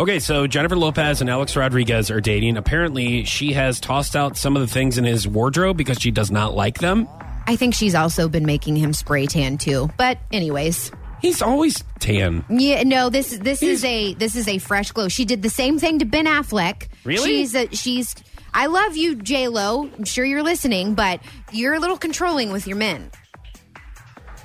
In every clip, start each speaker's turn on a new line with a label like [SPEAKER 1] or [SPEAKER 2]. [SPEAKER 1] Okay, so Jennifer Lopez and Alex Rodriguez are dating. Apparently, she has tossed out some of the things in his wardrobe because she does not like them.
[SPEAKER 2] I think she's also been making him spray tan too. But anyways,
[SPEAKER 1] He's always tan.
[SPEAKER 2] yeah, no, this this is a this is a fresh glow. She did the same thing to Ben Affleck.
[SPEAKER 1] Really?
[SPEAKER 2] She's a, she's. I love you, J Lo. I'm sure you're listening, but you're a little controlling with your men.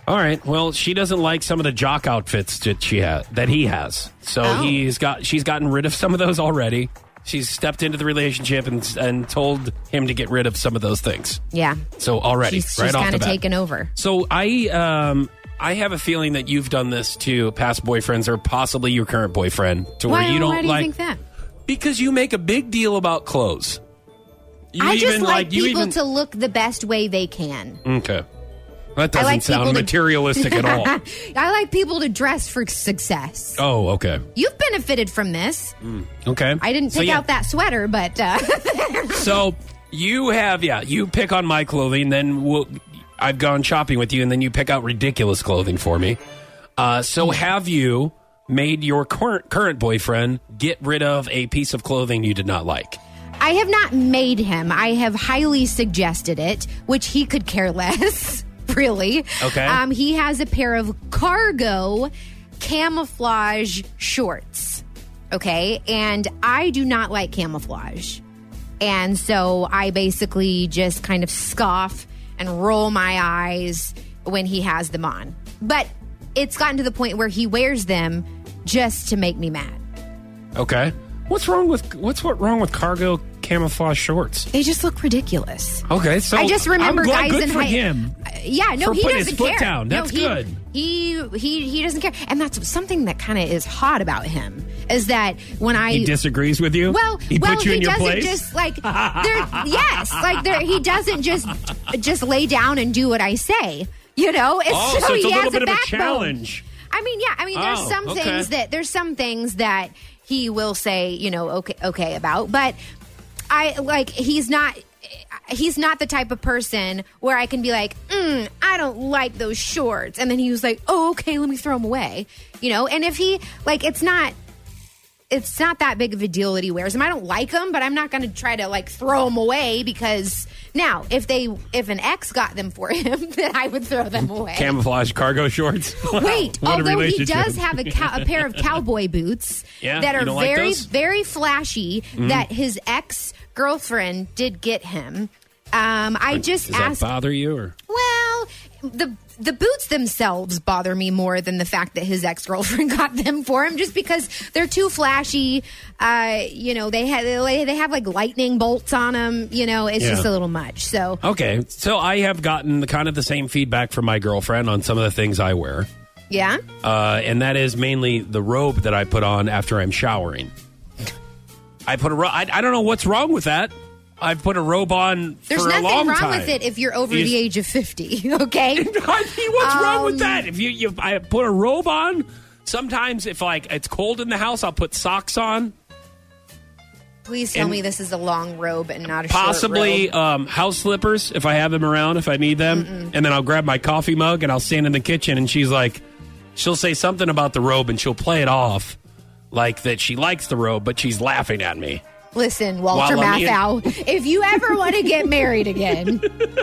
[SPEAKER 1] All right. Well, she doesn't like some of the jock outfits that she ha- that he has. So
[SPEAKER 2] Oh.
[SPEAKER 1] he's got she's gotten rid of some of those already. She's stepped into the relationship and and told him to get rid of some of those things.
[SPEAKER 2] Yeah,
[SPEAKER 1] So already,
[SPEAKER 2] she's,
[SPEAKER 1] right
[SPEAKER 2] she's
[SPEAKER 1] off
[SPEAKER 2] kind
[SPEAKER 1] the
[SPEAKER 2] of
[SPEAKER 1] bat.
[SPEAKER 2] taken over.
[SPEAKER 1] So I um I have a feeling that you've done this to past boyfriends or possibly your current boyfriend to where
[SPEAKER 2] why,
[SPEAKER 1] you don't
[SPEAKER 2] why do
[SPEAKER 1] like
[SPEAKER 2] you think that?
[SPEAKER 1] because you make a big deal about clothes. You
[SPEAKER 2] I just
[SPEAKER 1] even
[SPEAKER 2] like,
[SPEAKER 1] you
[SPEAKER 2] people
[SPEAKER 1] even
[SPEAKER 2] to look the best way they can.
[SPEAKER 1] okay. That doesn't
[SPEAKER 2] like people
[SPEAKER 1] sound
[SPEAKER 2] to-
[SPEAKER 1] materialistic at all.
[SPEAKER 2] I like people to dress for success.
[SPEAKER 1] Oh, okay.
[SPEAKER 2] You've benefited from this.
[SPEAKER 1] Okay.
[SPEAKER 2] I didn't pick
[SPEAKER 1] Mm. so, yeah,
[SPEAKER 2] out that sweater, but uh,
[SPEAKER 1] So you have, yeah, you pick on my clothing, then we'll, I've gone shopping with you, and then you pick out ridiculous clothing for me. Uh,
[SPEAKER 2] Mm.
[SPEAKER 1] so have you made your current, current boyfriend get rid of a piece of clothing you did not like?
[SPEAKER 2] I have not made him. I have highly suggested it, which he could care less, really.
[SPEAKER 1] Okay.
[SPEAKER 2] Um, he has a pair of cargo camouflage shorts. Okay. And I do not like camouflage. And so I basically just kind of scoff and roll my eyes when he has them on. But it's gotten to the point where he wears them just to make me mad.
[SPEAKER 1] Okay. What's wrong with what's what wrong with cargo camouflage shorts?
[SPEAKER 2] They just look ridiculous.
[SPEAKER 1] Okay, so
[SPEAKER 2] I just remember
[SPEAKER 1] I'm glad,
[SPEAKER 2] guys
[SPEAKER 1] good
[SPEAKER 2] in
[SPEAKER 1] for
[SPEAKER 2] high.
[SPEAKER 1] him.
[SPEAKER 2] Uh, Yeah, no,
[SPEAKER 1] for
[SPEAKER 2] he
[SPEAKER 1] putting
[SPEAKER 2] doesn't
[SPEAKER 1] his foot
[SPEAKER 2] care.
[SPEAKER 1] down.
[SPEAKER 2] No,
[SPEAKER 1] That's
[SPEAKER 2] he-
[SPEAKER 1] good.
[SPEAKER 2] He he he doesn't care, and that's something that kind of is hot about him is that when I
[SPEAKER 1] He disagrees with you.
[SPEAKER 2] well,
[SPEAKER 1] he
[SPEAKER 2] well,
[SPEAKER 1] puts you
[SPEAKER 2] he
[SPEAKER 1] in your
[SPEAKER 2] doesn't
[SPEAKER 1] place.
[SPEAKER 2] just like there. yes, like there. He doesn't just just lay down and do what I say. You know, it's,
[SPEAKER 1] Oh, so it's a
[SPEAKER 2] he
[SPEAKER 1] little
[SPEAKER 2] has
[SPEAKER 1] bit
[SPEAKER 2] a
[SPEAKER 1] of a
[SPEAKER 2] backbone.
[SPEAKER 1] challenge.
[SPEAKER 2] I mean, yeah. I mean, there's
[SPEAKER 1] Oh,
[SPEAKER 2] some
[SPEAKER 1] okay.
[SPEAKER 2] things that there's some things that he will say, you know, okay, okay about, but I like he's not. He's not the type of person where I can be like, mm, I don't like those shorts, and then he was like, Oh, okay, let me throw them away, you know. And if he like, it's not it's not that big of a deal that he wears them. I don't like them, but I'm not going to try to like throw them away because now if they if an ex got them for him, then I would throw them away.
[SPEAKER 1] camouflage cargo shorts. Wow,
[SPEAKER 2] Wait,
[SPEAKER 1] what a
[SPEAKER 2] although he
[SPEAKER 1] relationship.
[SPEAKER 2] does have a, cow- a pair of cowboy boots
[SPEAKER 1] Yeah,
[SPEAKER 2] that
[SPEAKER 1] you
[SPEAKER 2] are
[SPEAKER 1] don't like
[SPEAKER 2] very
[SPEAKER 1] those? Mm-hmm.
[SPEAKER 2] very flashy that his ex girlfriend did get him. Um, I just
[SPEAKER 1] Does that
[SPEAKER 2] asked
[SPEAKER 1] bother you or
[SPEAKER 2] well, the the boots themselves bother me more than the fact that his ex girlfriend got them for him, just because they're too flashy. Uh, you know, they have they they have like lightning bolts on them. You know, it's
[SPEAKER 1] Yeah.
[SPEAKER 2] just a little much. So
[SPEAKER 1] Okay, so I have gotten the kind of the same feedback from my girlfriend on some of the things I wear,
[SPEAKER 2] yeah,
[SPEAKER 1] uh, and that is mainly the robe that I put on after I'm showering. I put a robe. I, I don't know what's wrong with that. I've put a robe on
[SPEAKER 2] there's
[SPEAKER 1] for a
[SPEAKER 2] nothing
[SPEAKER 1] long
[SPEAKER 2] wrong
[SPEAKER 1] time.
[SPEAKER 2] with it if you're over
[SPEAKER 1] You-
[SPEAKER 2] the age of fifty. Okay,
[SPEAKER 1] I mean, what's wrong with
[SPEAKER 2] Um,
[SPEAKER 1] that? If you, you I put a robe on, sometimes if like it's cold in the house, I'll put socks on.
[SPEAKER 2] please tell
[SPEAKER 1] And-
[SPEAKER 2] me this is a long robe and not a Short
[SPEAKER 1] possibly
[SPEAKER 2] robe.
[SPEAKER 1] um, house slippers if I have them around, if I need them. And then I'll grab my coffee mug and I'll stand in the kitchen and she's like, she'll say something about the robe and she'll play it off like that she likes the robe, but she's laughing at me
[SPEAKER 2] Listen, Walter
[SPEAKER 1] While I'm in-
[SPEAKER 2] Matthau, if you ever want to get married again.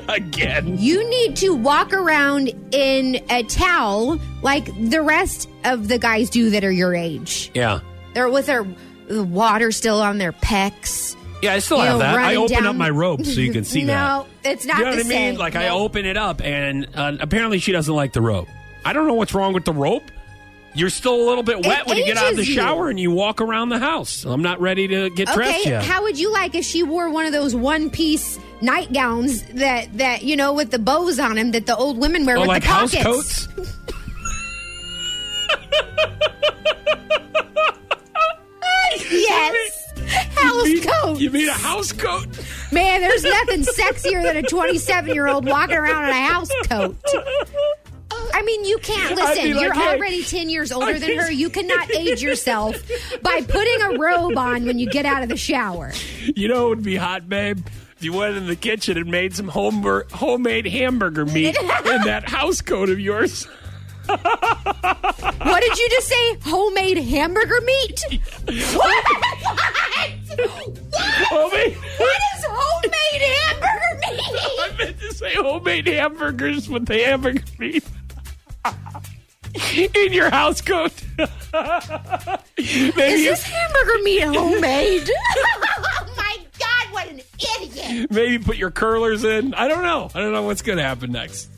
[SPEAKER 1] again.
[SPEAKER 2] You need to walk around in a towel like the rest of the guys do that are your age.
[SPEAKER 1] Yeah.
[SPEAKER 2] They're with their the water still on their pecs.
[SPEAKER 1] Yeah, I still
[SPEAKER 2] you
[SPEAKER 1] have
[SPEAKER 2] know,
[SPEAKER 1] that. I
[SPEAKER 2] running
[SPEAKER 1] open
[SPEAKER 2] down-
[SPEAKER 1] up my robe so you can see
[SPEAKER 2] no,
[SPEAKER 1] that.
[SPEAKER 2] it's not
[SPEAKER 1] You know
[SPEAKER 2] the
[SPEAKER 1] what I mean?
[SPEAKER 2] same.
[SPEAKER 1] Like,
[SPEAKER 2] no.
[SPEAKER 1] I open it up and uh, apparently she doesn't like the robe. I don't know what's wrong with the robe. You're still a little bit wet when you get out of the
[SPEAKER 2] ages you.
[SPEAKER 1] shower and you walk around the house. I'm not ready to get dressed
[SPEAKER 2] Okay,
[SPEAKER 1] yet.
[SPEAKER 2] how would you like if she wore one of those one piece nightgowns that that you know with the bows on them that the old women wear
[SPEAKER 1] Oh,
[SPEAKER 2] with
[SPEAKER 1] like
[SPEAKER 2] the pockets?
[SPEAKER 1] house coats?
[SPEAKER 2] Yes, house coats.
[SPEAKER 1] You mean a house coat?
[SPEAKER 2] Man, there's nothing sexier than a 27 year old walking around in a house coat. I mean, you can't
[SPEAKER 1] I'd
[SPEAKER 2] listen.
[SPEAKER 1] be like,
[SPEAKER 2] You're
[SPEAKER 1] "Hey,
[SPEAKER 2] already 10 years older than
[SPEAKER 1] can't-
[SPEAKER 2] her. You cannot age yourself by putting a robe on when you get out of the shower.
[SPEAKER 1] You know, it would be hot, babe. If you went in the kitchen and made some home homemade hamburger meat in that house coat of yours.
[SPEAKER 2] what did you just say? Homemade hamburger meat? What? what?
[SPEAKER 1] Homemade.
[SPEAKER 2] What is homemade hamburger meat?
[SPEAKER 1] I meant to say homemade hamburgers with the hamburger meat. In your house coat.
[SPEAKER 2] Is
[SPEAKER 1] maybe,
[SPEAKER 2] this hamburger meat homemade? oh my god, what an idiot!
[SPEAKER 1] maybe put your curlers in. I don't know. I don't know what's going to happen next.